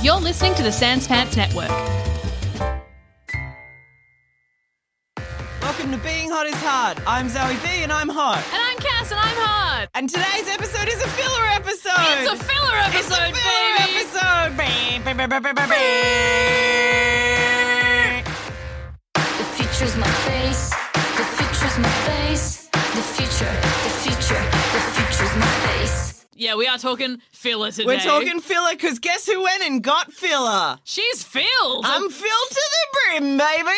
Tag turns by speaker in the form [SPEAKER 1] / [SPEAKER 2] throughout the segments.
[SPEAKER 1] You're listening to the Sans Pants Network.
[SPEAKER 2] Welcome to Being Hot is Hard. I'm Zoe B and I'm hot.
[SPEAKER 1] And I'm Cass and I'm hard.
[SPEAKER 2] And today's episode is a filler episode.
[SPEAKER 1] It's a filler
[SPEAKER 2] It's a
[SPEAKER 1] episode,
[SPEAKER 2] filler
[SPEAKER 1] baby.
[SPEAKER 2] episode. Beep, beep, beep, beep, beep, beep, beep.
[SPEAKER 3] The future's my face. The future's my face. The future, the future, the future's my face.
[SPEAKER 1] Yeah, we are talking filler today.
[SPEAKER 2] We're talking filler because guess who went and got filler?
[SPEAKER 1] She's filled.
[SPEAKER 2] I'm filled to the brim, baby.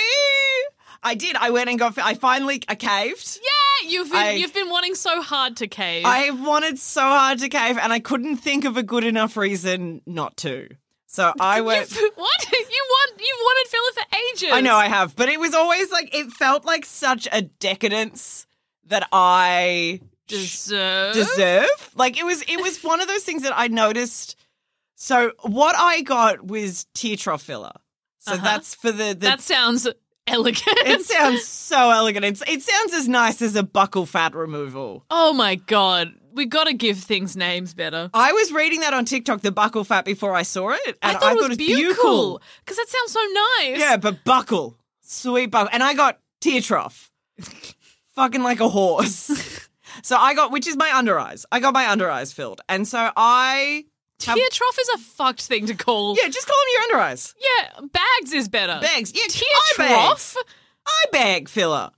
[SPEAKER 2] I did. I went and got. fi- I finally. I caved.
[SPEAKER 1] yeah, you've been,
[SPEAKER 2] I-
[SPEAKER 1] you've been wanting so hard to cave.
[SPEAKER 2] I wanted so hard to cave, and I couldn't think of a good enough reason not to. So I went.
[SPEAKER 1] You've- what? You want you wanted filler for ages.
[SPEAKER 2] I know I have, but it was always like it felt like such a decadence that I
[SPEAKER 1] deserve.
[SPEAKER 2] deserve. Like it was it was one of those things that I noticed. So what I got was tear trough filler. So
[SPEAKER 1] Uh-huh.
[SPEAKER 2] that's for the, the
[SPEAKER 1] that sounds elegant.
[SPEAKER 2] it sounds so elegant. It's, it sounds as nice as a buckle fat removal.
[SPEAKER 1] oh my god, we got to give things names better.
[SPEAKER 2] I was reading that on TikTok, the buckle fat, before I saw it,
[SPEAKER 1] I
[SPEAKER 2] and I
[SPEAKER 1] thought it was
[SPEAKER 2] buccal.
[SPEAKER 1] buccal because that sounds so nice.
[SPEAKER 2] Yeah, but buckle. Sweet buckle. And I got tear trough. Fucking like a horse. so I got, which is my under eyes. I got my under eyes filled. And so I. have-
[SPEAKER 1] tear trough is a fucked thing to call.
[SPEAKER 2] Yeah, just call them your under eyes.
[SPEAKER 1] Yeah, bags is better.
[SPEAKER 2] Bags. Yeah,
[SPEAKER 1] Tear
[SPEAKER 2] eye bags.
[SPEAKER 1] trough.
[SPEAKER 2] Eye bag filler.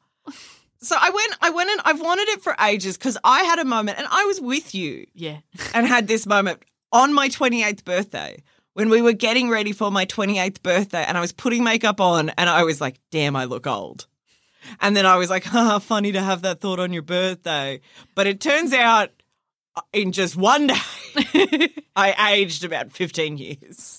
[SPEAKER 2] So I went, I went and I've wanted it for ages because I had a moment and I was with you
[SPEAKER 1] Yeah.
[SPEAKER 2] and had this moment on my 28th birthday when we were getting ready for my 28th birthday and I was putting makeup on and I was like, damn, I look old. And then I was like, haha, funny to have that thought on your birthday. But it turns out uh, in just one day, I aged about 15 years.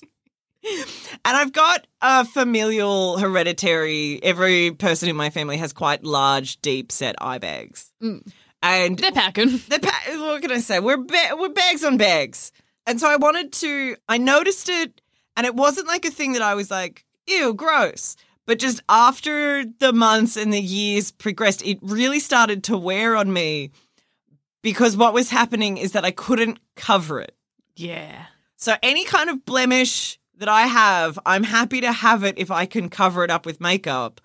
[SPEAKER 2] And I've got a familial hereditary, every person in my family has quite large, deep set eye bags. And
[SPEAKER 1] They're packing.
[SPEAKER 2] the pa- what can I say? We're ba- we're bags on bags, and so I wanted to. I noticed it, and it wasn't like a thing that I was like, "Ew, gross." But just after the months and the years progressed, it really started to wear on me because what was happening is that I couldn't cover it.
[SPEAKER 1] Yeah.
[SPEAKER 2] So any kind of blemish that I have, I'm happy to have it if I can cover it up with makeup.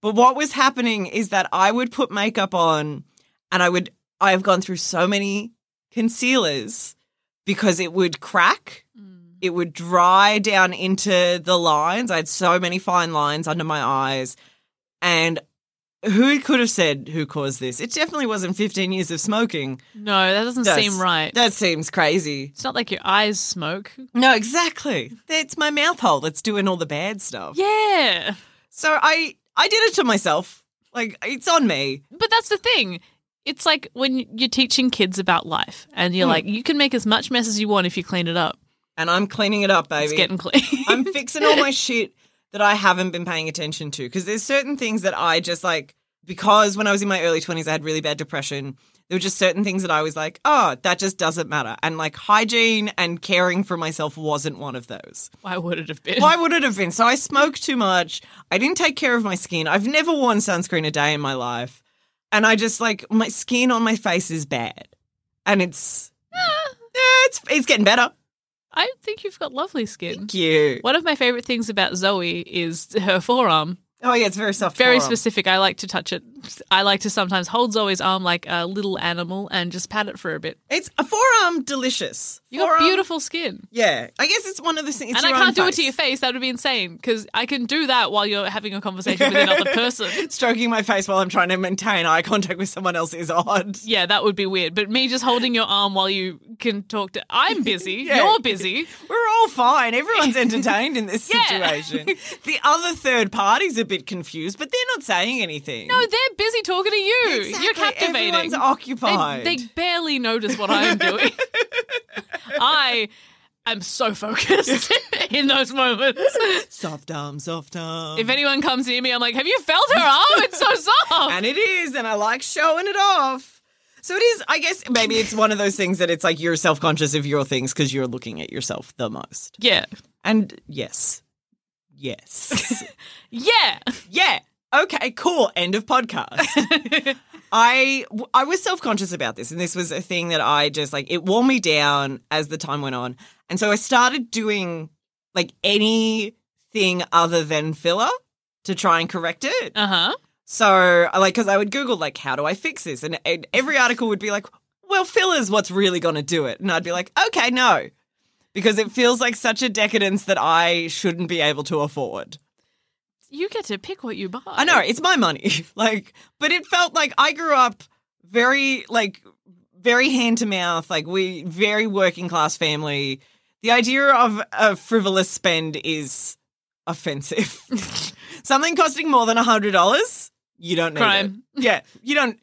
[SPEAKER 2] But what was happening is that I would put makeup on and I would I've gone through so many concealers because it would crack.
[SPEAKER 1] Mm.
[SPEAKER 2] It would dry down into the lines. I had so many fine lines under my eyes. And who could have said who caused this? It definitely wasn't 15 years of smoking.
[SPEAKER 1] No, that doesn't
[SPEAKER 2] That's-
[SPEAKER 1] seem right.
[SPEAKER 2] That seems crazy.
[SPEAKER 1] it's not like your eyes smoke.
[SPEAKER 2] No, exactly. It's my mouth hole that's doing all the bad stuff.
[SPEAKER 1] Yeah.
[SPEAKER 2] So I I did it to myself. Like it's on me.
[SPEAKER 1] But that's the thing. It's like when you're teaching kids about life and
[SPEAKER 2] Hmm.
[SPEAKER 1] you're like, you can make as much mess as you want if you clean it up.
[SPEAKER 2] And I'm cleaning it up, baby.
[SPEAKER 1] It's getting clean.
[SPEAKER 2] I'm fixing all my shit that I haven't been paying attention to because there's certain things that I just like because when I was in my early 20s I had really bad depression. There were just certain things that I was like, "Oh, that just doesn't matter." And like hygiene and caring for myself wasn't one of those.
[SPEAKER 1] Why would it have been?
[SPEAKER 2] Why would it have been? So I smoked too much. I didn't take care of my skin. I've never worn sunscreen a day in my life. And I just like my skin on my face is bad. And it's
[SPEAKER 1] Ah.
[SPEAKER 2] yeah, it's it's getting better.
[SPEAKER 1] I think you've got lovely skin.
[SPEAKER 2] Cute.
[SPEAKER 1] One of my favorite things about Zoe is her forearm.
[SPEAKER 2] Oh yeah, it's very soft.
[SPEAKER 1] Very
[SPEAKER 2] forearm.
[SPEAKER 1] specific. I like to touch it. I like to sometimes hold Zoe's arm like a little animal and just pat it for a bit.
[SPEAKER 2] It's a forearm, delicious.
[SPEAKER 1] You got
[SPEAKER 2] Forearm-
[SPEAKER 1] beautiful skin.
[SPEAKER 2] Yeah, I guess it's one of the things.
[SPEAKER 1] and I can't do it to your face. That would be insane because I can do that while you're having a conversation with another person.
[SPEAKER 2] Stroking my face while I'm trying to maintain eye contact with someone else is odd.
[SPEAKER 1] Yeah, that would be weird. But me just holding your arm while you can talk to. I'm busy.
[SPEAKER 2] Yeah.
[SPEAKER 1] You're busy.
[SPEAKER 2] We're all fine. Everyone's entertained in this
[SPEAKER 1] Yeah.
[SPEAKER 2] situation. the other third party's a bit confused, but they're not saying anything.
[SPEAKER 1] No, they're busy talking to you. You're
[SPEAKER 2] Exactly.
[SPEAKER 1] captivating.
[SPEAKER 2] Everyone's
[SPEAKER 1] They-
[SPEAKER 2] occupied.
[SPEAKER 1] They, barely notice what I am doing. I am so focused in those moments.
[SPEAKER 2] soft arm, soft arm.
[SPEAKER 1] If anyone comes near me, I'm like, "Have you felt her arm? It's so soft."
[SPEAKER 2] and it is, and I like showing it off. So it is, I guess, maybe it's one of those things that it's like you're self conscious of your things because you're looking at yourself the most.
[SPEAKER 1] yeah,
[SPEAKER 2] And yes. Yes.
[SPEAKER 1] yeah.
[SPEAKER 2] yeah. Okay, cool. End of podcast. I I was self-conscious about this and this was a thing that I just like it wore me down as the time went on. And so I started doing like anything other than filler to try and correct it.
[SPEAKER 1] Uh huh.
[SPEAKER 2] So, I like, because I would Google, like, how do I fix this? And, and every article would be like, well, filler's what's really going to do it. And I'd be like, okay, no. Because it feels like such a decadence that I shouldn't be able to afford.
[SPEAKER 1] You get to pick what you buy.
[SPEAKER 2] I know, it's my money. like, but it felt like I grew up very, like, very hand to mouth, like, we, very working class family. The idea of a frivolous spend is offensive. Something costing more than $100, you don't need it.
[SPEAKER 1] Crime.
[SPEAKER 2] Yeah, you don't.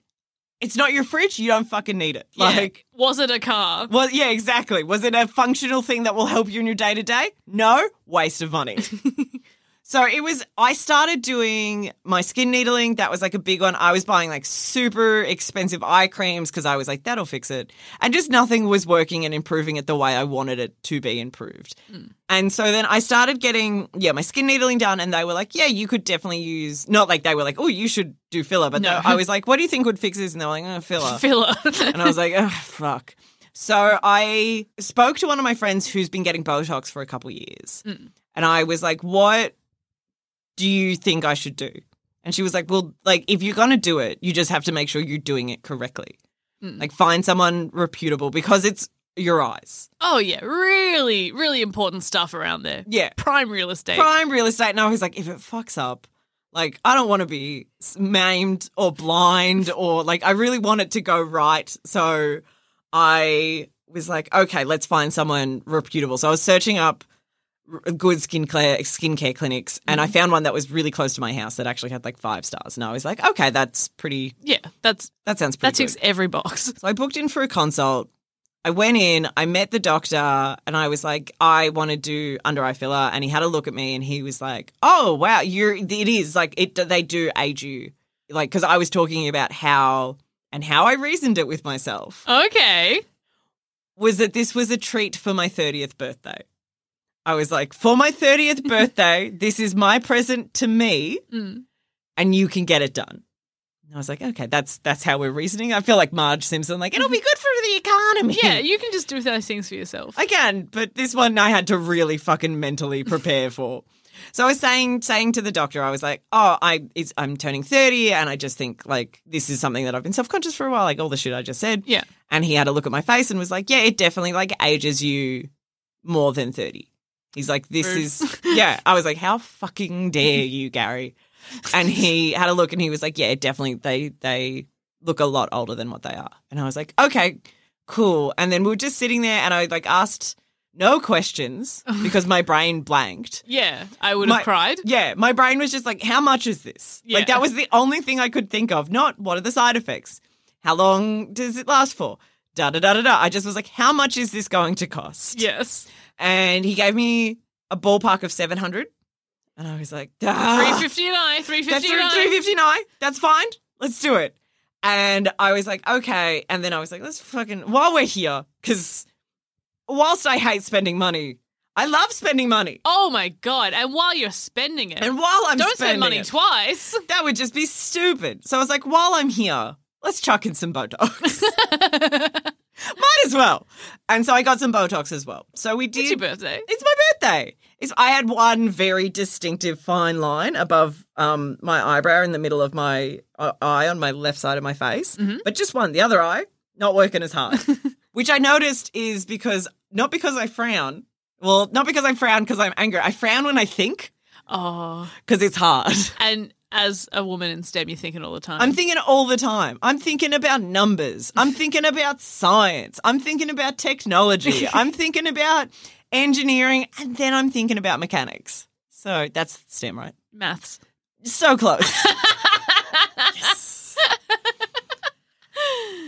[SPEAKER 2] It's not your fridge. You don't fucking need it.
[SPEAKER 1] Yeah.
[SPEAKER 2] Like,
[SPEAKER 1] was it a car?
[SPEAKER 2] well, yeah, exactly. Was it a functional thing that will help you in your day to day? No, waste of money. so it was. I started doing my skin needling. That was like a big one. I was buying like super expensive eye creams because I was like, that'll fix it. And just nothing was working and improving it the way I wanted it to be improved. And so then I started getting, yeah, my skin needling done. And they were like, yeah, you could definitely use, not like they were like, oh, you should do filler. But
[SPEAKER 1] No.
[SPEAKER 2] I was like, what do you think would fix this? And they were like, oh, filler
[SPEAKER 1] Filler.
[SPEAKER 2] and I was like, oh, fuck. So I spoke to one of my friends who's been getting Botox for a couple years. And I was like, what do you think I should do? And she was like, well, like, if you're going to do it, you just have to make sure you're doing it correctly. Like, find someone reputable because it's your eyes.
[SPEAKER 1] oh yeah, really, really important stuff around there.
[SPEAKER 2] Yeah.
[SPEAKER 1] Prime real estate.
[SPEAKER 2] Prime real estate. And I was like, if it fucks up, like, I don't want to be s- maimed or blind or like, I really want it to go right. So I was like, okay, let's find someone reputable. So I was searching up r- good skincare skincare clinics and I found one that was really close to my house that actually had like five stars. And I was like, okay, that's pretty,
[SPEAKER 1] Yeah, that's
[SPEAKER 2] that sounds pretty
[SPEAKER 1] that
[SPEAKER 2] good.
[SPEAKER 1] ticks every box.
[SPEAKER 2] So I booked in for a consult. I went in, I met the doctor, and I was like, I want to do under eye filler. And he had a look at me and he was like, Oh, wow, you're, it is like, it, they do age you. Like, because I was talking about how and how I reasoned it with myself
[SPEAKER 1] Okay.
[SPEAKER 2] was that this was a treat for my 30th birthday. I was like, For my 30th birthday, this is my present to me
[SPEAKER 1] Mm.
[SPEAKER 2] and you can get it done. And I was like, okay, that's that's how we're reasoning. I feel like Marge Simpson, like, it'll be good for the economy.
[SPEAKER 1] Mm-hmm. Yeah, you can just do those things for yourself.
[SPEAKER 2] Again, but this one I had to really fucking mentally prepare for. So I was saying saying to the doctor, I was like, "Oh, I it's, I'm turning 30 and I just think like this is something that I've been self-conscious for a while, like all the shit I just said."
[SPEAKER 1] yeah.
[SPEAKER 2] And he had a look at my face and was like, "Yeah, it definitely like ages you more than 30." He's like, "This
[SPEAKER 1] Rude.
[SPEAKER 2] is yeah." I was like, "How fucking dare you, Gary?" And he had a look and he was like, "Yeah, it definitely they they look a lot older than what they are." And I was like, "Okay, cool." And then we were just sitting there and I like asked no questions because my brain blanked.
[SPEAKER 1] Yeah, I would have
[SPEAKER 2] My-
[SPEAKER 1] cried.
[SPEAKER 2] Yeah, my brain was just like, how much is this? Like,
[SPEAKER 1] Yeah.
[SPEAKER 2] that was the only thing I could think of. Not what are the side effects? How long does it last for? Da da da da da. I just was like, how much is this going to cost?
[SPEAKER 1] Yes.
[SPEAKER 2] And he gave me a ballpark of 700. And I was like,
[SPEAKER 1] Three
[SPEAKER 2] ah,
[SPEAKER 1] fifty and I, three
[SPEAKER 2] that's
[SPEAKER 1] fifty and I.
[SPEAKER 2] 359. That's fine. Let's do it. And I was like, okay. And then I was like, let's fucking, while we're here, because whilst I hate spending money, I love spending money.
[SPEAKER 1] Oh my god! And while you're spending it,
[SPEAKER 2] And while I'm
[SPEAKER 1] don't
[SPEAKER 2] spending
[SPEAKER 1] spend money
[SPEAKER 2] it-
[SPEAKER 1] twice.
[SPEAKER 2] That would just be stupid. So I was like, while I'm here, let's chuck in some Botox. Might as well. And so I got some Botox as well. So we did.
[SPEAKER 1] It's your birthday.
[SPEAKER 2] It's my birthday is I had one very distinctive fine line above um, my eyebrow in the middle of my uh, eye on my left side of my face, but just one. The other eye not working as hard, which I noticed is because not because I frown. Well, not because I frown because I'm angry. I frown when I think
[SPEAKER 1] Oh,
[SPEAKER 2] because it's hard.
[SPEAKER 1] and as a woman in STEM, you're thinking all the time.
[SPEAKER 2] I'm thinking all the time. I'm thinking about numbers. I'm thinking about science. I'm thinking about technology. I'm thinking about engineering. And then I'm thinking about mechanics. So that's STEM, right?
[SPEAKER 1] maths.
[SPEAKER 2] So close. Yes.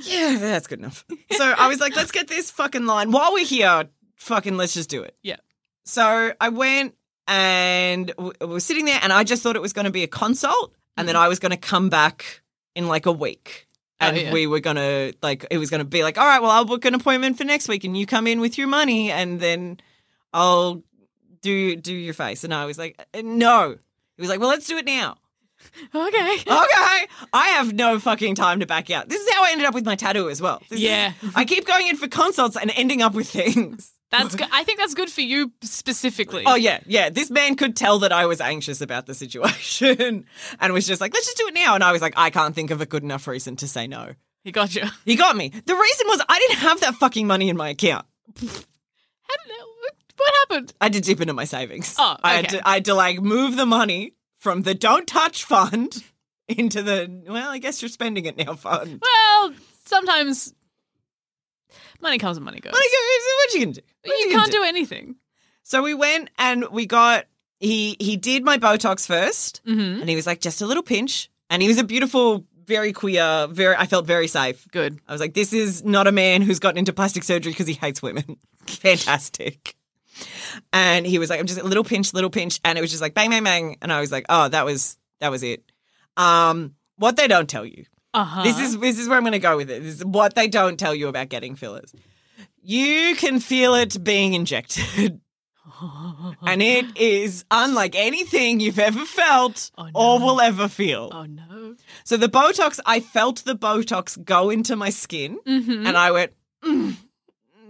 [SPEAKER 2] Yeah, that's good enough. So I was like, let's get this fucking line. While we're here, fucking let's just do it.
[SPEAKER 1] Yeah.
[SPEAKER 2] So I went and w- we were sitting there, and I just thought it was going to be a consult, and then I was going to come back in like a week.
[SPEAKER 1] Mm-hmm. Oh,
[SPEAKER 2] And
[SPEAKER 1] yeah.
[SPEAKER 2] we were gonna like it was gonna be like, all right, well, I'll book an appointment for next week, and you come in with your money, and then I'll do do your face. And I was like, uh, no. He was like, well, let's do it now.
[SPEAKER 1] Okay.
[SPEAKER 2] Okay, I have no fucking time to back out. This is how I ended up with my tattoo as well. This is-
[SPEAKER 1] Yeah.
[SPEAKER 2] I keep going in for consults and ending up with things.
[SPEAKER 1] That's good. I think that's good for you specifically.
[SPEAKER 2] Oh yeah, yeah. This man could tell that I was anxious about the situation and was just like, "Let's just do it now." And I was like, "I can't think of a good enough reason to say no."
[SPEAKER 1] He got you.
[SPEAKER 2] He got me. The reason was I didn't have that fucking money in my account.
[SPEAKER 1] How did that, what- what happened?
[SPEAKER 2] I had to dip into my savings.
[SPEAKER 1] Oh,
[SPEAKER 2] I had
[SPEAKER 1] okay.
[SPEAKER 2] to, I had to like move the money from the don't touch fund into the well, I guess you're spending it now fund.
[SPEAKER 1] Well, sometimes money comes and money goes.
[SPEAKER 2] What are you, what you gonna do? What
[SPEAKER 1] you
[SPEAKER 2] gonna
[SPEAKER 1] can't do anything.
[SPEAKER 2] So we went and we got he he did my Botox 1st and he was like just a little pinch, and he was a beautiful, very queer, very. I felt very safe.
[SPEAKER 1] Good.
[SPEAKER 2] I was like, this is not a man who's gotten into plastic surgery because he hates women. Fantastic. And he was like, I'm just a little pinch, little pinch, and it was just like bang, bang, bang, and I was like, oh, that was that was it. Um, what they don't tell you.
[SPEAKER 1] Uh huh.
[SPEAKER 2] This is this is where I'm going to go with it. This is what they don't tell you about getting fillers. You can feel it being injected. and it is unlike anything you've ever felt
[SPEAKER 1] Oh, no.
[SPEAKER 2] or will ever feel.
[SPEAKER 1] Oh no.
[SPEAKER 2] So the Botox, I felt the Botox go into my skin
[SPEAKER 1] Mm-hmm.
[SPEAKER 2] and I went, "Mm,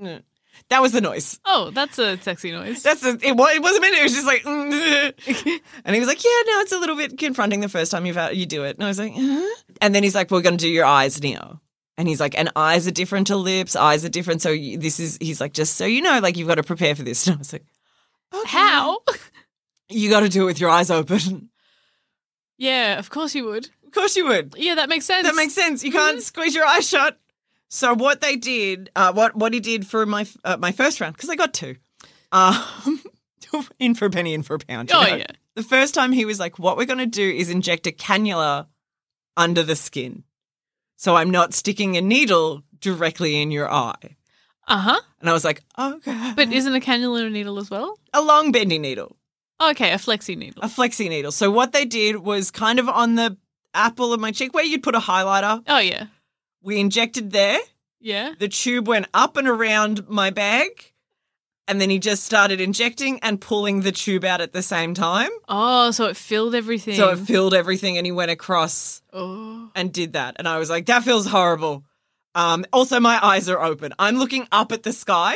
[SPEAKER 2] mm." that was the noise.
[SPEAKER 1] Oh, that's a sexy noise.
[SPEAKER 2] That's a, it, wa- it wasn't meant. It was just like, "Mm." and he was like, "Yeah, no, it's a little bit confronting the first time you have you do it." And I was like, "Huh?" and then he's like, "We're going to do your eyes now." And he's like, "And eyes are different to lips. Eyes are different. So you, this is." He's like, "Just so you know, like you've got to prepare for this." And I was like, okay.
[SPEAKER 1] How?
[SPEAKER 2] You got to do it with your eyes open.
[SPEAKER 1] yeah, of course you would.
[SPEAKER 2] of course you would.
[SPEAKER 1] Yeah, that makes sense. Mm-hmm.
[SPEAKER 2] That makes sense. You can't squeeze your eyes shut. So what they did, uh, what what he did for my uh, my first round, because I got two, um, in for a penny, in for a pound. you
[SPEAKER 1] Oh,
[SPEAKER 2] know.
[SPEAKER 1] yeah.
[SPEAKER 2] The first time he was like, "What we're going to do is inject a cannula under the skin, so I'm not sticking a needle directly in your eye."
[SPEAKER 1] Uh huh.
[SPEAKER 2] And I was like, "Okay,"
[SPEAKER 1] But isn't a cannula a needle as well?
[SPEAKER 2] a long bending needle.
[SPEAKER 1] Okay, a flexi needle.
[SPEAKER 2] a flexi needle. So what they did was kind of on the apple of my cheek where you'd put a highlighter.
[SPEAKER 1] oh yeah,
[SPEAKER 2] We injected there.
[SPEAKER 1] yeah.
[SPEAKER 2] The tube went up and around my bag, and then he just started injecting and pulling the tube out at the same time.
[SPEAKER 1] Oh, so it filled everything.
[SPEAKER 2] So it filled everything, and he went across
[SPEAKER 1] oh.
[SPEAKER 2] and did that. And I was like, that feels horrible. Um, also, my eyes are open. I'm looking up at the sky,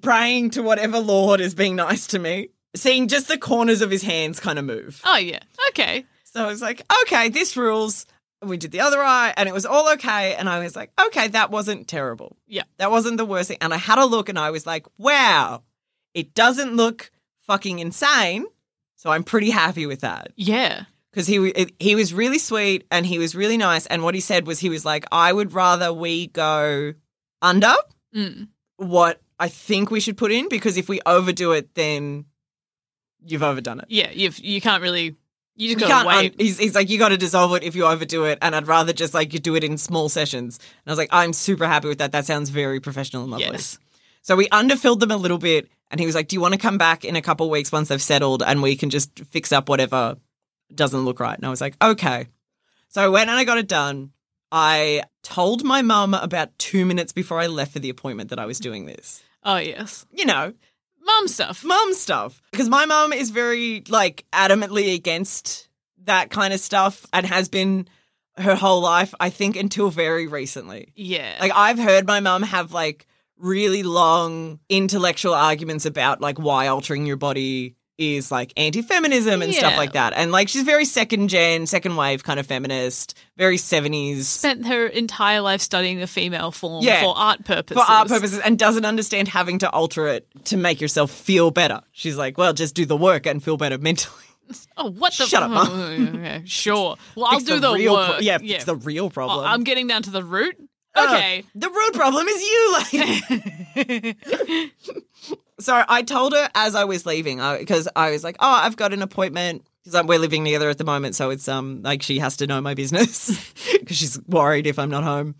[SPEAKER 2] praying to whatever Lord is being nice to me, seeing just the corners of his hands kind of move.
[SPEAKER 1] oh yeah. Okay.
[SPEAKER 2] So I was like, okay, this rules. We did the other eye and it was all okay. And I was like, okay, that wasn't terrible.
[SPEAKER 1] Yeah.
[SPEAKER 2] That wasn't the worst thing. And I had a look and I was like, wow, it doesn't look fucking insane. So I'm pretty happy with that
[SPEAKER 1] Yeah.
[SPEAKER 2] because he w- he was really sweet and he was really nice. And what he said was he was like, I would rather we go under
[SPEAKER 1] Mm.
[SPEAKER 2] what I think we should put in because if we overdo it, then you've overdone it.
[SPEAKER 1] Yeah. You you can't really. You just
[SPEAKER 2] You
[SPEAKER 1] gotta
[SPEAKER 2] can't
[SPEAKER 1] wait.
[SPEAKER 2] un- he's, he's like, you got to dissolve it if you overdo it, and I'd rather just like you do it in small sessions. And I was like, I'm super happy with that. That sounds very professional and lovely.
[SPEAKER 1] yes.
[SPEAKER 2] So we underfilled them a little bit, and he was like, "Do you want to come back in a couple weeks once they've settled, and we can just fix up whatever doesn't look right?" And I was like, "Okay." So I went and I got it done. I told my mum about two minutes before I left for the appointment that I was doing this.
[SPEAKER 1] Oh yes.
[SPEAKER 2] You know,
[SPEAKER 1] Mom stuff.
[SPEAKER 2] mum stuff because my mum is very like adamantly against that kind of stuff and has been her whole life i think until very recently
[SPEAKER 1] Yeah.
[SPEAKER 2] like i've heard my mum have like really long intellectual arguments about like why altering your body is like anti-feminism and stuff
[SPEAKER 1] Yeah.
[SPEAKER 2] like that. And like she's very second gen, second wave kind of feminist, very 70s
[SPEAKER 1] Spent her entire life studying the female form
[SPEAKER 2] Yeah.
[SPEAKER 1] for art purposes.
[SPEAKER 2] for art purposes and doesn't understand having to alter it to make yourself feel better. She's like, well, just do the work and feel better mentally.
[SPEAKER 1] Oh, what the?
[SPEAKER 2] Shut up, Mum.
[SPEAKER 1] Oh, okay, sure. Well, I'll
[SPEAKER 2] Fix
[SPEAKER 1] do the,
[SPEAKER 2] real pro-
[SPEAKER 1] work.
[SPEAKER 2] yeah, fix the real problem.
[SPEAKER 1] I- I'm getting down to the root.
[SPEAKER 2] Oh,
[SPEAKER 1] Okay.
[SPEAKER 2] the root problem is you, like. so I told her as I was leaving because I, was like, "Oh, I've got an appointment." Because we're living together at the moment, so it's um like she has to know my business because she's worried if I'm not home.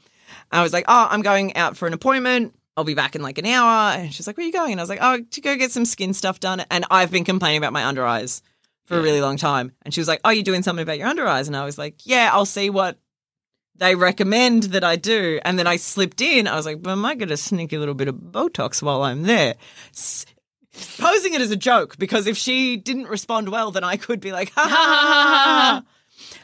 [SPEAKER 2] I was like, "Oh, I'm going out for an appointment." I'll be back in like an hour. And she's like, Where are you going? And I was like, Oh, to go get some skin stuff done. And I've been complaining about my under eyes for a really long time. And she was like, Oh, you're doing something about your under eyes? And I was like, Yeah, I'll see what they recommend that I do. And then I slipped in. I was like, but am I going to sneak a little bit of Botox while I'm there? S- posing it as a joke because if she didn't respond well, then I could be like, ha ha ha. ha, ha."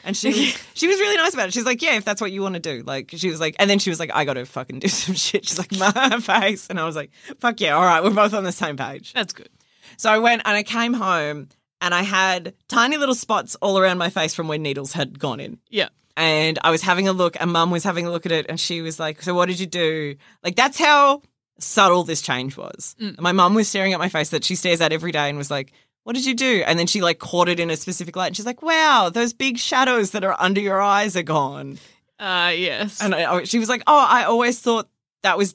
[SPEAKER 2] And she she was really nice about it. She's like, yeah, if that's what you want to do, like she was like, and then she was like, I got to fucking do some shit. She's like, my face, and I was like, fuck yeah, all right, we're both on the same page.
[SPEAKER 1] That's good.
[SPEAKER 2] So I went and I came home and I had tiny little spots all around my face from where needles had gone in
[SPEAKER 1] Yeah.
[SPEAKER 2] and I was having a look, and mum was having a look at it, and she was like, So, what did you do? Like, that's how subtle this change was.
[SPEAKER 1] Mm.
[SPEAKER 2] My mum was staring at my face that she stares at every day and was like, What did you do? And then she like caught it in a specific light, and she's like, Wow, those big shadows that are under your eyes are gone.
[SPEAKER 1] Uh, yes.
[SPEAKER 2] And I, I- she was like, Oh, I always thought that was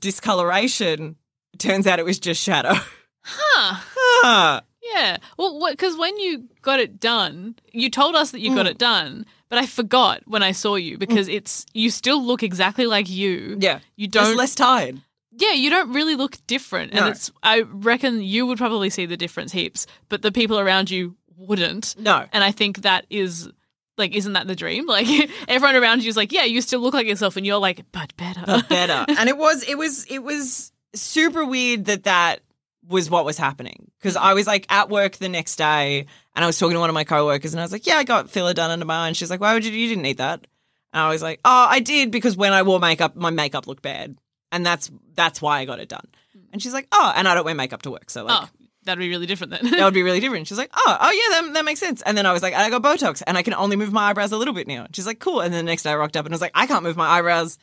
[SPEAKER 2] discoloration. Turns out it was just shadow.
[SPEAKER 1] huh.
[SPEAKER 2] Huh.
[SPEAKER 1] Yeah. Well, because when you got it done, you told us that you
[SPEAKER 2] Mm.
[SPEAKER 1] got it done, but I forgot when I saw you because it's you still look exactly like you.
[SPEAKER 2] yeah.
[SPEAKER 1] You
[SPEAKER 2] Just
[SPEAKER 1] don't.
[SPEAKER 2] less tired.
[SPEAKER 1] yeah, you don't really look different, and
[SPEAKER 2] No.
[SPEAKER 1] it's. I reckon you would probably see the difference heaps, but the people around you wouldn't.
[SPEAKER 2] No.
[SPEAKER 1] And I think that is. Like, isn't that the dream? Like, everyone around you is like, yeah, you still look like yourself, and you're like, but better.
[SPEAKER 2] but better. and it was it was it was super weird that that was what was happening because I was like at work the next day and I was talking to one of my coworkers and I was like, "Yeah, I got filler done under my eye." And she's like, "Why would you? You didn't need that." And I was like, "Oh, I did because when I wore makeup, my makeup looked bad, and that's that's why I got it done." And she's like, "Oh, and I don't wear makeup to work, so like."
[SPEAKER 1] oh, that'd be really different then.
[SPEAKER 2] That would be really different. She's like, oh, oh yeah, that, that makes sense. And then I was like, and I got Botox, and I can only move my eyebrows a little bit now. And she's like, cool. And then the next day I rocked up, and I was like, I can't move my eyebrows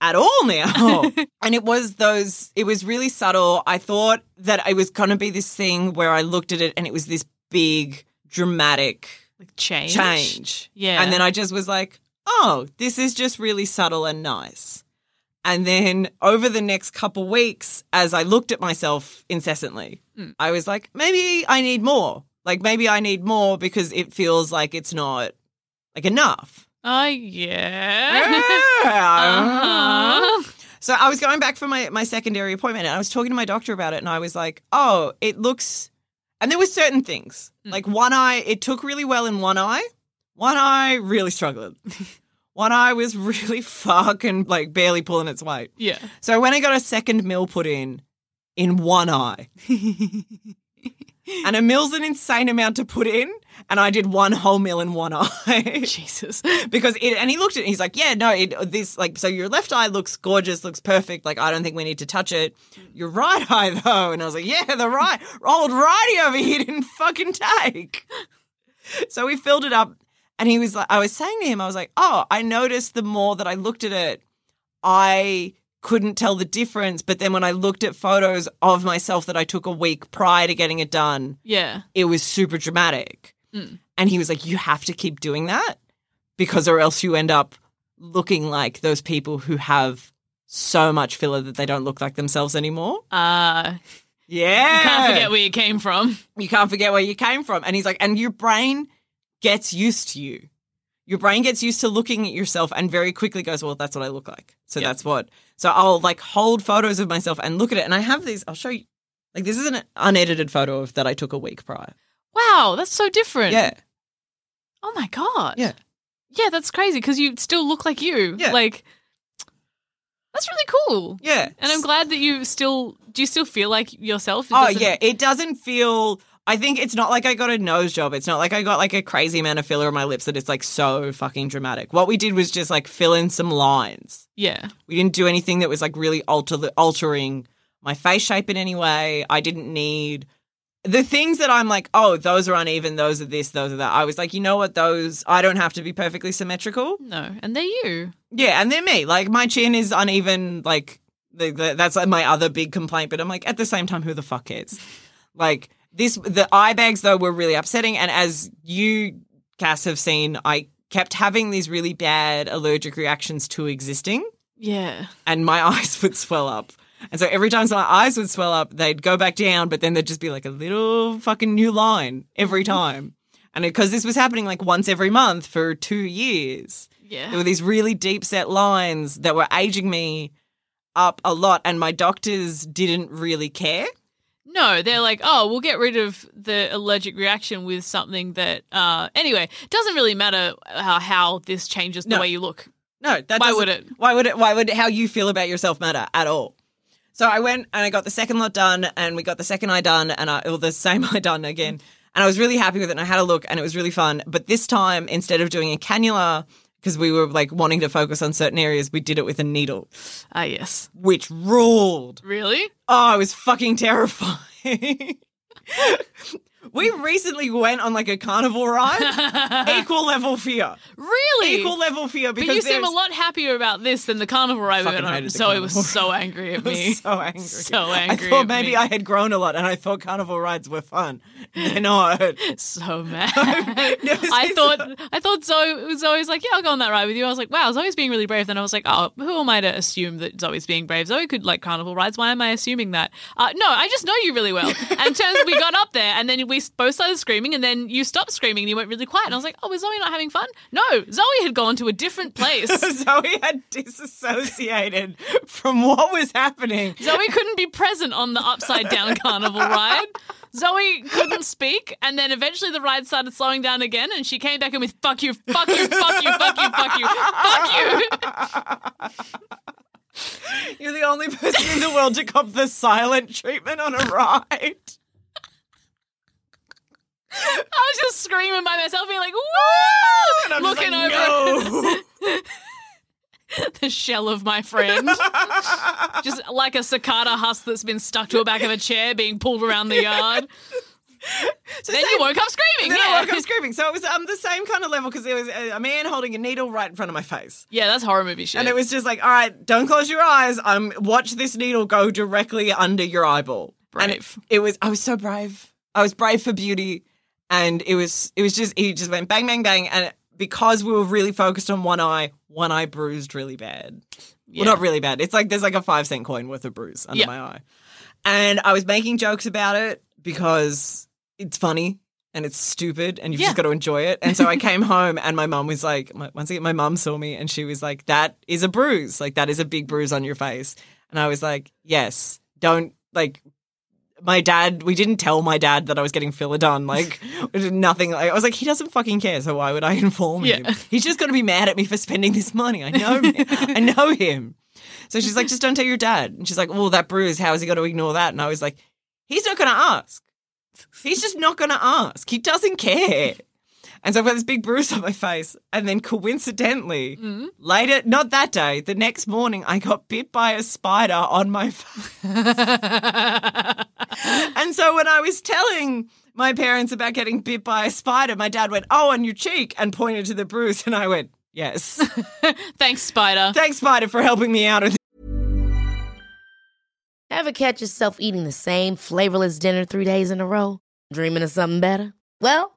[SPEAKER 2] at all now. and it was those. It was really subtle. I thought that it was gonna be this thing where I looked at it, and it was this big dramatic
[SPEAKER 1] like, change.
[SPEAKER 2] change.
[SPEAKER 1] Yeah.
[SPEAKER 2] And then I just was like, oh, this is just really subtle and nice. And then over the next couple weeks, as I looked at myself incessantly, I was like, maybe I need more. Like, maybe I need more because it feels like it's not like enough.
[SPEAKER 1] Oh, yeah.
[SPEAKER 2] Yeah.
[SPEAKER 1] Uh-huh.
[SPEAKER 2] So I was going back for my, my secondary appointment and I was talking to my doctor about it and I was like, oh, it looks and there were certain things. Like one eye, it took really well in one eye. One eye really struggled. one eye was really fucking like barely pulling its weight.
[SPEAKER 1] Yeah.
[SPEAKER 2] So when I got a second mill put in, in one eye. and a mill's an insane amount to put in, and I did one whole mill in one eye.
[SPEAKER 1] Jesus.
[SPEAKER 2] because it and he looked at it and he's like yeah no it, this like so your left eye looks gorgeous looks perfect like i don't think we need to touch it your right eye though and i was like yeah the right old righty over here didn't fucking take so we filled it up and he was like i was saying to him i was like oh i noticed the more that i looked at it i couldn't tell the difference but then when i looked at photos of myself that i took a week prior to getting it done
[SPEAKER 1] Yeah.
[SPEAKER 2] it was super dramatic.
[SPEAKER 1] Mm.
[SPEAKER 2] And he was like, You have to keep doing that because, or else you end up looking like those people who have so much filler that they don't look like themselves anymore.
[SPEAKER 1] Uh,
[SPEAKER 2] Yeah.
[SPEAKER 1] can't forget where you came from.
[SPEAKER 2] you can't forget where you came from. And he's like, And your brain gets used to you. Your brain gets used to looking at yourself and very quickly goes, Well, that's what I look like. So
[SPEAKER 1] Yep.
[SPEAKER 2] that's what. So I'll like hold photos of myself and look at it. And I have these, I'll show you. Like, this is an unedited photo of that I took a week prior.
[SPEAKER 1] Wow, that's so different.
[SPEAKER 2] Yeah.
[SPEAKER 1] Oh my god.
[SPEAKER 2] Yeah.
[SPEAKER 1] Yeah, that's crazy because you still look like you.
[SPEAKER 2] Yeah.
[SPEAKER 1] Like, that's really cool.
[SPEAKER 2] Yeah.
[SPEAKER 1] And I'm glad that you still. Do you still feel like yourself? It
[SPEAKER 2] Oh
[SPEAKER 1] doesn't-
[SPEAKER 2] yeah, it doesn't feel. I think it's not like I got a nose job. It's not like I got like a crazy amount of filler on my lips that it's like so fucking dramatic. What we did was just like fill in some lines.
[SPEAKER 1] Yeah.
[SPEAKER 2] We didn't do anything that was like really alter altering my face shape in any way. I didn't need the things that I'm like, oh, those are uneven, those are this, those are that. I was like, you know what, those, I don't have to be perfectly symmetrical.
[SPEAKER 1] No, and they're you.
[SPEAKER 2] Yeah, and they're me. Like, my chin is uneven. Like, the, the, that's like my other big complaint. But I'm like, at the same time, who the fuck cares? Like, this, the eye bags, though, were really upsetting. And as you, Cass, have seen, I kept having these really bad allergic reactions to existing
[SPEAKER 1] Yeah.
[SPEAKER 2] and my eyes would swell up. And so every time my eyes would swell up, they'd go back down, but then there'd just be like a little fucking new line every time. And because this was happening like once every month for two years, there
[SPEAKER 1] Yeah.
[SPEAKER 2] were these really deep set lines that were aging me up a lot. And my doctors didn't really care.
[SPEAKER 1] No, they're like, oh, we'll get rid of the allergic reaction with something that. Uh, anyway, it doesn't really matter how, how this changes the
[SPEAKER 2] No.
[SPEAKER 1] way you look.
[SPEAKER 2] No, that
[SPEAKER 1] Why
[SPEAKER 2] doesn't-
[SPEAKER 1] would it?
[SPEAKER 2] Why would it? Why would how you feel about yourself matter at all? So I went and I got the second lot done, and we got the second eye done, and I, well, the same eye done again. And I was really happy with it. and I had a look, and it was really fun. But this time, instead of doing a cannula, because we were like wanting to focus on certain areas, we did it with a needle,
[SPEAKER 1] Ah, yes.
[SPEAKER 2] which ruled.
[SPEAKER 1] Really?
[SPEAKER 2] Oh, I was fucking terrified. we recently went on like a carnival ride. Equal level fear.
[SPEAKER 1] Really?
[SPEAKER 2] Equal level fear.
[SPEAKER 1] but
[SPEAKER 2] Because
[SPEAKER 1] you seem a
[SPEAKER 2] there's-
[SPEAKER 1] lot happier about this than the carnival ride we
[SPEAKER 2] Fucking
[SPEAKER 1] went on.
[SPEAKER 2] hated the
[SPEAKER 1] So I was
[SPEAKER 2] carnival.
[SPEAKER 1] so angry at
[SPEAKER 2] I was
[SPEAKER 1] me.
[SPEAKER 2] so angry.
[SPEAKER 1] So
[SPEAKER 2] I
[SPEAKER 1] angry
[SPEAKER 2] thought
[SPEAKER 1] at
[SPEAKER 2] maybe
[SPEAKER 1] me.
[SPEAKER 2] I had grown a lot, and I thought carnival rides were fun. They're not.
[SPEAKER 1] so mad.
[SPEAKER 2] never
[SPEAKER 1] I
[SPEAKER 2] seen
[SPEAKER 1] thought
[SPEAKER 2] so-
[SPEAKER 1] I thought Zoe Zoe's like, yeah, I'll go on that ride with you. I was like, wow, Zoe's being really brave. Then I was like, oh, who am I to assume that Zoe's being brave? Zoe could like carnival rides. Why am I assuming that? Uh, no, I just know you really well. And turns we got up there, and then we both started screaming, and then you stopped screaming, and you went really quiet. And I was like, oh, was Zoe not having fun? No, Zoe had gone to a different place.
[SPEAKER 2] Zoe had disassociated from what was happening.
[SPEAKER 1] Zoe couldn't be present on the upside down carnival ride. Zoe couldn't speak, and then eventually the ride started slowing down again, and she came back in with "fuck you, fuck you, fuck you, fuck you, fuck you, fuck you."
[SPEAKER 2] You're the only person in the world to cop the silent treatment on a ride.
[SPEAKER 1] I was just screaming by myself, being like, "Woo!"
[SPEAKER 2] And I'm just
[SPEAKER 1] Looking
[SPEAKER 2] like,
[SPEAKER 1] over
[SPEAKER 2] No.
[SPEAKER 1] the shell of my friend, just like a cicada husk that's been stuck to the back of a chair, being pulled around the yard. then you
[SPEAKER 2] same-
[SPEAKER 1] woke up screaming.
[SPEAKER 2] Then
[SPEAKER 1] yeah,
[SPEAKER 2] I woke up screaming. So it was um, the same kind of level because there was uh, a, a man holding a needle right in front of my face.
[SPEAKER 1] yeah, that's horror movie shit.
[SPEAKER 2] And it was just like, all right, don't close your eyes. Um, watch this needle go directly under your eyeball. And it,
[SPEAKER 1] Brave.
[SPEAKER 2] it was, I was so brave. I was brave for beauty, and it was, it was just, he just went bang, bang, bang, and because we were really focused on one eye, one eye bruised really bad.
[SPEAKER 1] Yeah.
[SPEAKER 2] Well, not really bad. It's like there's like a five cent coin worth of bruise under
[SPEAKER 1] Yeah.
[SPEAKER 2] my eye, and I was making jokes about it because it's funny. And it's stupid, and you've
[SPEAKER 1] Yeah.
[SPEAKER 2] just got to enjoy it. And so I came home, and my mum was like, my, once again, my mum saw me, and she was like, "That is a bruise. Like that is a big bruise on your face." And I was like, "Yes, don't like." My dad, we didn't tell my dad that I was getting filler done. Like, we did nothing. Like, I was like, he doesn't fucking care, so why would I inform him?
[SPEAKER 1] Yeah.
[SPEAKER 2] He's just going to be mad at me for spending this money. I know, I know him. So she's like, just don't tell your dad. And she's like, well, that bruise, how is he going to ignore that? And I was like, he's not going to ask. He's just not going to ask. He doesn't care. And so I've got this big bruise on my face. And then coincidentally, later, not that day, the next morning, I got bit by a spider on my face. and so when I was telling my parents about getting bit by a spider, my dad went, oh, on your cheek, and pointed to the bruise. And I went, yes.
[SPEAKER 1] Thanks, Spider.
[SPEAKER 2] Thanks, spider, for helping me out. with
[SPEAKER 4] Ever catch yourself eating the same flavorless dinner three days in a row? Dreaming of something better? Well,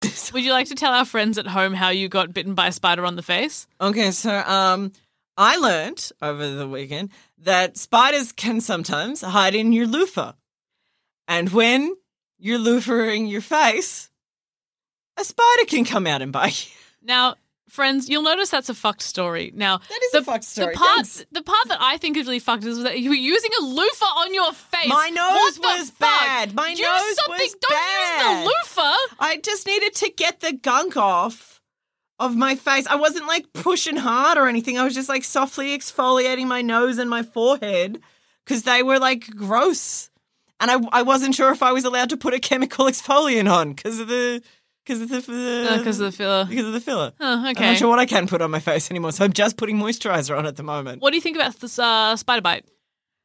[SPEAKER 2] this.
[SPEAKER 1] Would you like to tell our friends at home how you got bitten by a spider on the face?
[SPEAKER 2] Okay, so um, I learned over the weekend that spiders can sometimes hide in your loofah, and when you're loofahing your face, a spider can come out and bite you.
[SPEAKER 1] Now, friends, you'll notice that's a fucked story. Now,
[SPEAKER 2] That is a fucked story.
[SPEAKER 1] The part,
[SPEAKER 2] Thanks.
[SPEAKER 1] the part that I think is really fucked is that you were using a loofah on your face.
[SPEAKER 2] My
[SPEAKER 1] What
[SPEAKER 2] nose
[SPEAKER 1] the
[SPEAKER 2] was
[SPEAKER 1] fuck?
[SPEAKER 2] bad. My
[SPEAKER 1] use
[SPEAKER 2] nose
[SPEAKER 1] something.
[SPEAKER 2] was
[SPEAKER 1] Don't use
[SPEAKER 2] bad.
[SPEAKER 1] the loofah.
[SPEAKER 2] I just needed to get the gunk off of my face. I wasn't like pushing hard or anything. I was just like softly exfoliating my nose and my forehead because they were like gross. And I, I wasn't sure if I was allowed to put a chemical exfoliant on because of the because of the
[SPEAKER 1] Because of Uh, the filler.
[SPEAKER 2] because of the filler.
[SPEAKER 1] Oh,
[SPEAKER 2] I'm
[SPEAKER 1] okay.
[SPEAKER 2] not sure what I can put on my face anymore, so I'm just putting moisturizer on at the moment.
[SPEAKER 1] What do you think about this uh, spider bite?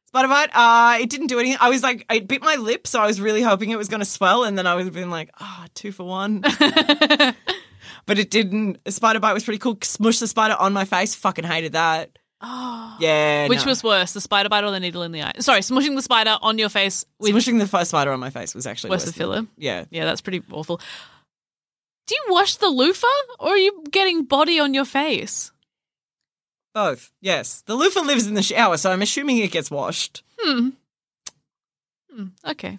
[SPEAKER 2] Spider bite. Uh, it didn't do anything. I was like, it bit my lip, so I was really hoping it was going to swell, and then I would have been like, ah, two for one. but it didn't. A spider bite was pretty cool. Smushed the spider on my face. Fucking hated that. Oh, yeah.
[SPEAKER 1] Which
[SPEAKER 2] no.
[SPEAKER 1] was worse, the spider bite or the needle in the eye? Sorry, smushing the spider on your face with
[SPEAKER 2] smushing the first spider on my face was actually
[SPEAKER 1] worse
[SPEAKER 2] worse
[SPEAKER 1] the
[SPEAKER 2] than-
[SPEAKER 1] filler.
[SPEAKER 2] Yeah.
[SPEAKER 1] Yeah, that's pretty awful. Do you wash the loofah or are you getting body on your face?
[SPEAKER 2] Both. Yes. The loofah lives in the shower, so I'm assuming it gets washed.
[SPEAKER 1] Okay.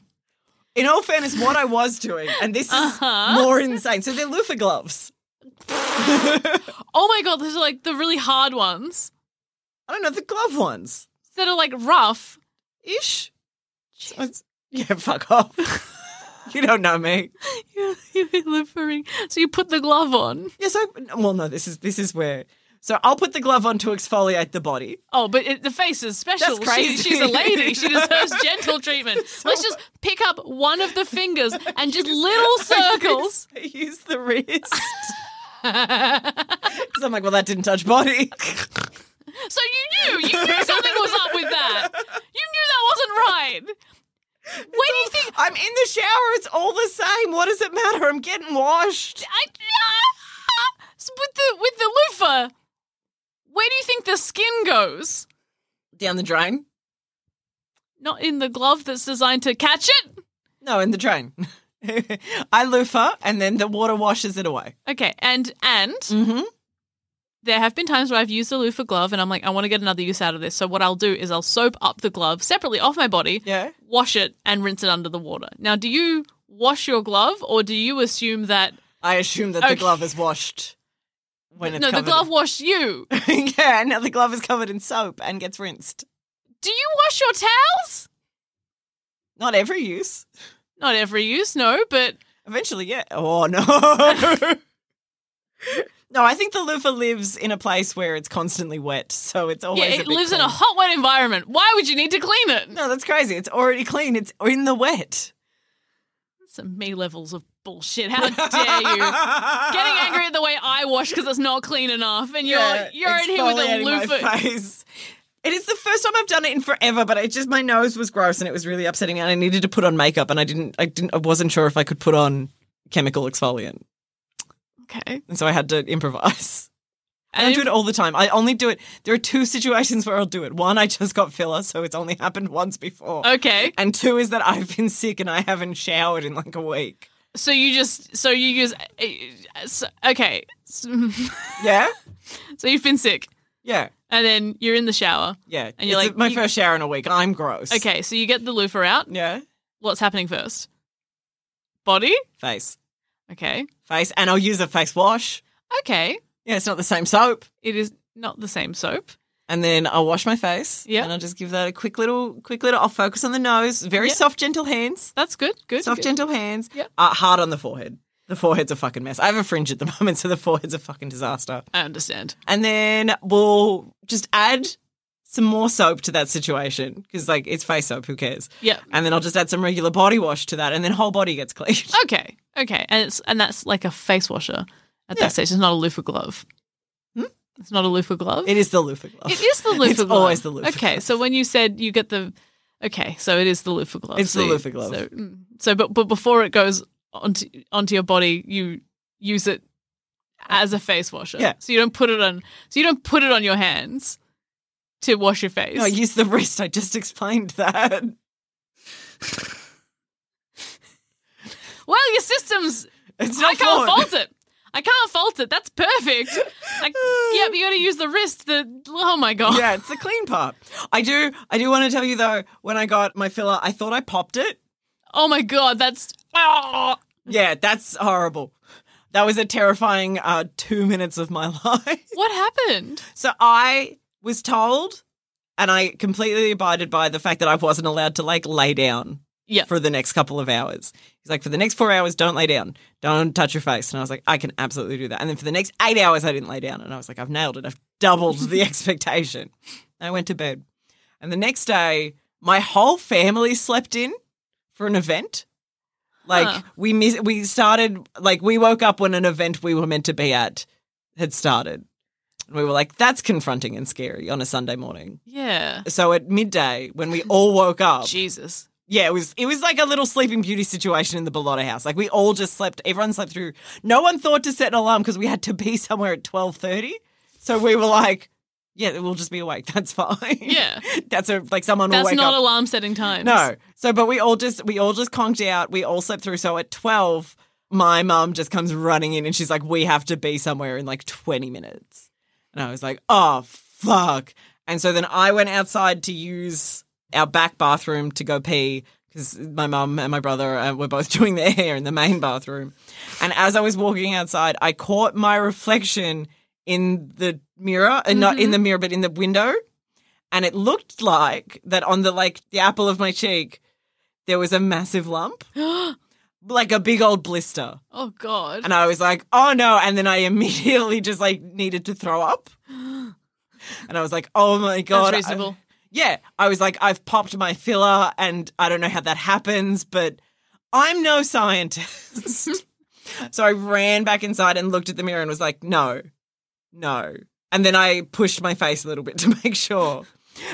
[SPEAKER 2] In all fairness, what I was doing, and this is
[SPEAKER 1] Uh-huh.
[SPEAKER 2] more insane. So they're loofah gloves.
[SPEAKER 1] Oh my god, those are like the really hard ones
[SPEAKER 2] I don't know the glove ones.
[SPEAKER 1] that are like rough.
[SPEAKER 2] ish. So it's- yeah, fuck off. you don't know me.
[SPEAKER 1] You're loofering. So you put the glove on.
[SPEAKER 2] Yeah, so well, no, this is this is where. So I'll put the glove on to exfoliate the body.
[SPEAKER 1] Oh, but it, the face is special.
[SPEAKER 2] That's crazy.
[SPEAKER 1] She, she's a lady. She deserves gentle treatment. Let's just pick up one of the fingers and just little circles.
[SPEAKER 2] I use, I use the wrist. Because I'm like, well, that didn't touch body.
[SPEAKER 1] So you knew, you knew something was up with that. You knew that wasn't right. When you think,
[SPEAKER 2] I'm in the shower. It's all the same. What does it matter? I'm getting washed.
[SPEAKER 1] I, ah, with the with the loofah, where do you think the skin goes?
[SPEAKER 2] Down the drain?
[SPEAKER 1] Not in the glove that's designed to catch it.
[SPEAKER 2] No, in the drain. I loofah, and then the water washes it away.
[SPEAKER 1] Okay, and and
[SPEAKER 2] Mm-hmm.
[SPEAKER 1] there have been times where I've used a loofah glove and I'm like, I want to get another use out of this. So what I'll do is I'll soap up the glove separately off my body,
[SPEAKER 2] Yeah.
[SPEAKER 1] wash it, and rinse it under the water. Now, do you wash your glove, or do you assume that
[SPEAKER 2] I assume that
[SPEAKER 1] Okay.
[SPEAKER 2] the glove is washed when it's
[SPEAKER 1] no, the
[SPEAKER 2] covered-
[SPEAKER 1] glove washed you?
[SPEAKER 2] yeah, and now the glove is covered in soap and gets rinsed.
[SPEAKER 1] Do you wash your towels?
[SPEAKER 2] Not every use.
[SPEAKER 1] Not every use, no, but
[SPEAKER 2] Eventually, yeah. Oh no. no, I think the loofah lives in a place where it's constantly wet, so it's always.
[SPEAKER 1] yeah,
[SPEAKER 2] a
[SPEAKER 1] it
[SPEAKER 2] bit
[SPEAKER 1] lives in a
[SPEAKER 2] clean.
[SPEAKER 1] hot, wet environment. Why would you need to clean it?
[SPEAKER 2] No, that's crazy. It's already clean. It's in the wet.
[SPEAKER 1] Some me levels of bullshit. How dare you? Getting angry at the way I wash because it's not clean enough, and you're
[SPEAKER 2] Yeah,
[SPEAKER 1] you're in here with a
[SPEAKER 2] exfoliating my
[SPEAKER 1] loofah.
[SPEAKER 2] face. It is the first time I've done it in forever, but it just my nose was gross and it was really upsetting me, and I needed to put on makeup, and I didn't, I didn't, I wasn't sure if I could put on chemical exfoliant,
[SPEAKER 1] Okay,
[SPEAKER 2] and so I had to improvise. And I
[SPEAKER 1] And
[SPEAKER 2] do it all the time. I only do it. There are two situations where I'll do it. One, I just got filler, so it's only happened once before.
[SPEAKER 1] okay.
[SPEAKER 2] And two is that I've been sick and I haven't showered in like a week.
[SPEAKER 1] So you just so you use uh, uh, so, okay. So
[SPEAKER 2] Yeah,
[SPEAKER 1] so you've been sick,
[SPEAKER 2] yeah,
[SPEAKER 1] and then you're in the shower.
[SPEAKER 2] yeah.
[SPEAKER 1] And you're
[SPEAKER 2] It's
[SPEAKER 1] like,
[SPEAKER 2] my
[SPEAKER 1] you-
[SPEAKER 2] first shower in a week. I'm gross.
[SPEAKER 1] Okay, so you get the loofah out.
[SPEAKER 2] Yeah.
[SPEAKER 1] What's happening first? Body.
[SPEAKER 2] Face,
[SPEAKER 1] Okay.
[SPEAKER 2] face, and I'll use a face wash.
[SPEAKER 1] Okay.
[SPEAKER 2] Yeah, it's not the same soap.
[SPEAKER 1] It is not the same soap.
[SPEAKER 2] And then I'll wash my face.
[SPEAKER 1] Yeah.
[SPEAKER 2] And I'll just give that a quick little, quick little. I'll focus on the nose. Very
[SPEAKER 1] Yeah.
[SPEAKER 2] soft, gentle hands.
[SPEAKER 1] That's good. Good.
[SPEAKER 2] Soft,
[SPEAKER 1] good.
[SPEAKER 2] gentle hands.
[SPEAKER 1] Yeah.
[SPEAKER 2] Uh, hard on the forehead. The forehead's a fucking mess. I have a fringe at the moment, so the forehead's a fucking disaster.
[SPEAKER 1] I understand.
[SPEAKER 2] and then we'll just add some more soap to that situation because like it's face soap who cares
[SPEAKER 1] Yeah.
[SPEAKER 2] and then i'll just add some regular body wash to that and then whole body gets clean
[SPEAKER 1] Okay. Okay. And it's and that's like a face washer at
[SPEAKER 2] Yeah. Hmm?
[SPEAKER 1] that stage. It's not a loofah glove. It's not a loofah glove.
[SPEAKER 2] it is the loofah glove
[SPEAKER 1] It is the loofah
[SPEAKER 2] it's
[SPEAKER 1] glove.
[SPEAKER 2] always the loofah
[SPEAKER 1] Okay,
[SPEAKER 2] glove.
[SPEAKER 1] so when you said you get the, okay, so it is the loofah glove.
[SPEAKER 2] It's the
[SPEAKER 1] So you-
[SPEAKER 2] loofah glove.
[SPEAKER 1] So, mm. so but but before it goes onto onto your body, you use it as a face washer.
[SPEAKER 2] Yeah.
[SPEAKER 1] So you don't put it on. So you don't put it on your hands to wash your face.
[SPEAKER 2] no, i use the wrist i just explained that
[SPEAKER 1] well, your system's
[SPEAKER 2] It's not
[SPEAKER 1] I can't
[SPEAKER 2] flawed.
[SPEAKER 1] fault it. I can't fault it. That's perfect. Like, yep, you got to use the wrist. The oh my god.
[SPEAKER 2] Yeah, it's the clean part. I do. I do want to tell you though. When I got my filler, I thought I popped it.
[SPEAKER 1] Oh my god. That's oh.
[SPEAKER 2] Ah. Yeah, that's horrible. That was a terrifying uh, two minutes of my life.
[SPEAKER 1] what happened.
[SPEAKER 2] So I was told, and I completely abided by the fact that I wasn't allowed to like lay down
[SPEAKER 1] Yeah.
[SPEAKER 2] for the next couple of hours. He's like, for the next four hours, don't lay down, don't touch your face. And I was like, I can absolutely do that. And then for the next eight hours, I didn't lay down. And I was like, I've nailed it. I've doubled the expectation. I went to bed. And the next day, my whole family slept in for an event. Like
[SPEAKER 1] Huh.
[SPEAKER 2] we miss, we started like we woke up when an event we were meant to be at had started. And we were like, that's confronting and scary on a Sunday morning.
[SPEAKER 1] yeah.
[SPEAKER 2] So at midday, when we all woke up,
[SPEAKER 1] Jesus.
[SPEAKER 2] yeah, it was it was like a little Sleeping Beauty situation in the Bellotta house. Like we all just slept. Everyone slept through. No one thought to set an alarm because we had to be somewhere at twelve thirty. So we were like, yeah, we'll just be awake. That's fine.
[SPEAKER 1] Yeah.
[SPEAKER 2] that's a like someone will
[SPEAKER 1] That's
[SPEAKER 2] wake
[SPEAKER 1] not
[SPEAKER 2] up.
[SPEAKER 1] alarm setting times.
[SPEAKER 2] no, so but we all just we all just conked out. We all slept through. So at twelve, my mum just comes running in and she's like, we have to be somewhere in like twenty minutes. And I was like, oh fuck. And so then I went outside to use our back bathroom to go pee because my mum and my brother uh, were both doing their hair in the main bathroom. And as I was walking outside, I caught my reflection in the mirror, and not in the mirror, but in the window. And it looked like that on the like the apple of my cheek, there was a massive lump, like a big old blister.
[SPEAKER 1] Oh god.
[SPEAKER 2] And I was like, oh no. And then I immediately just like needed to throw up. And I was like, oh my God. I-
[SPEAKER 1] reasonable.
[SPEAKER 2] yeah. I was like, I've popped my filler and I don't know how that happens, but I'm no scientist. so I ran back inside and looked at the mirror and was like, no, no. And then I pushed my face a little bit to make sure.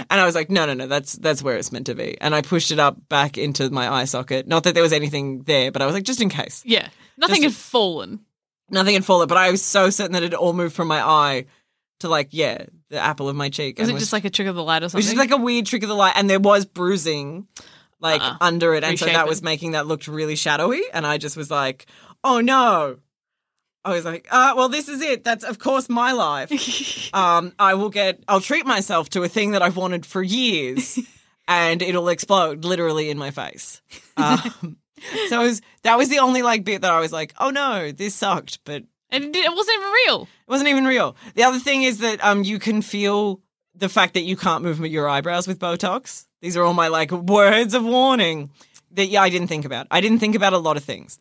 [SPEAKER 2] And I was like, no, no, no, that's that's where it's meant to be. And I pushed it up back into my eye socket. Not that there was anything there, but I was like, just in case.
[SPEAKER 1] yeah. Nothing
[SPEAKER 2] Just-
[SPEAKER 1] had fallen.
[SPEAKER 2] Nothing had fallen, but I was so certain that it all moved from my eye to like, yeah, the apple of my cheek.
[SPEAKER 1] Was
[SPEAKER 2] and
[SPEAKER 1] it just like a trick of the light or
[SPEAKER 2] it was
[SPEAKER 1] something?
[SPEAKER 2] just like a weird trick of the light, and there was bruising like
[SPEAKER 1] Uh-uh.
[SPEAKER 2] under it, and so that
[SPEAKER 1] Reshapen.
[SPEAKER 2] was making that looked really shadowy. And I just was like, oh no. I was like, uh, well, this is it. That's of course my life. um, I will get. I'll treat myself to a thing that I've wanted for years, and it'll explode literally in my face. Um, so it was, that was the only like bit that I was like, oh no, this sucked, but
[SPEAKER 1] and it, did- it wasn't even real.
[SPEAKER 2] it wasn't even real. The other thing is that um, you can feel the fact that you can't move your eyebrows with Botox. These are all my like words of warning that yeah, I didn't think about. I didn't think about a lot of things.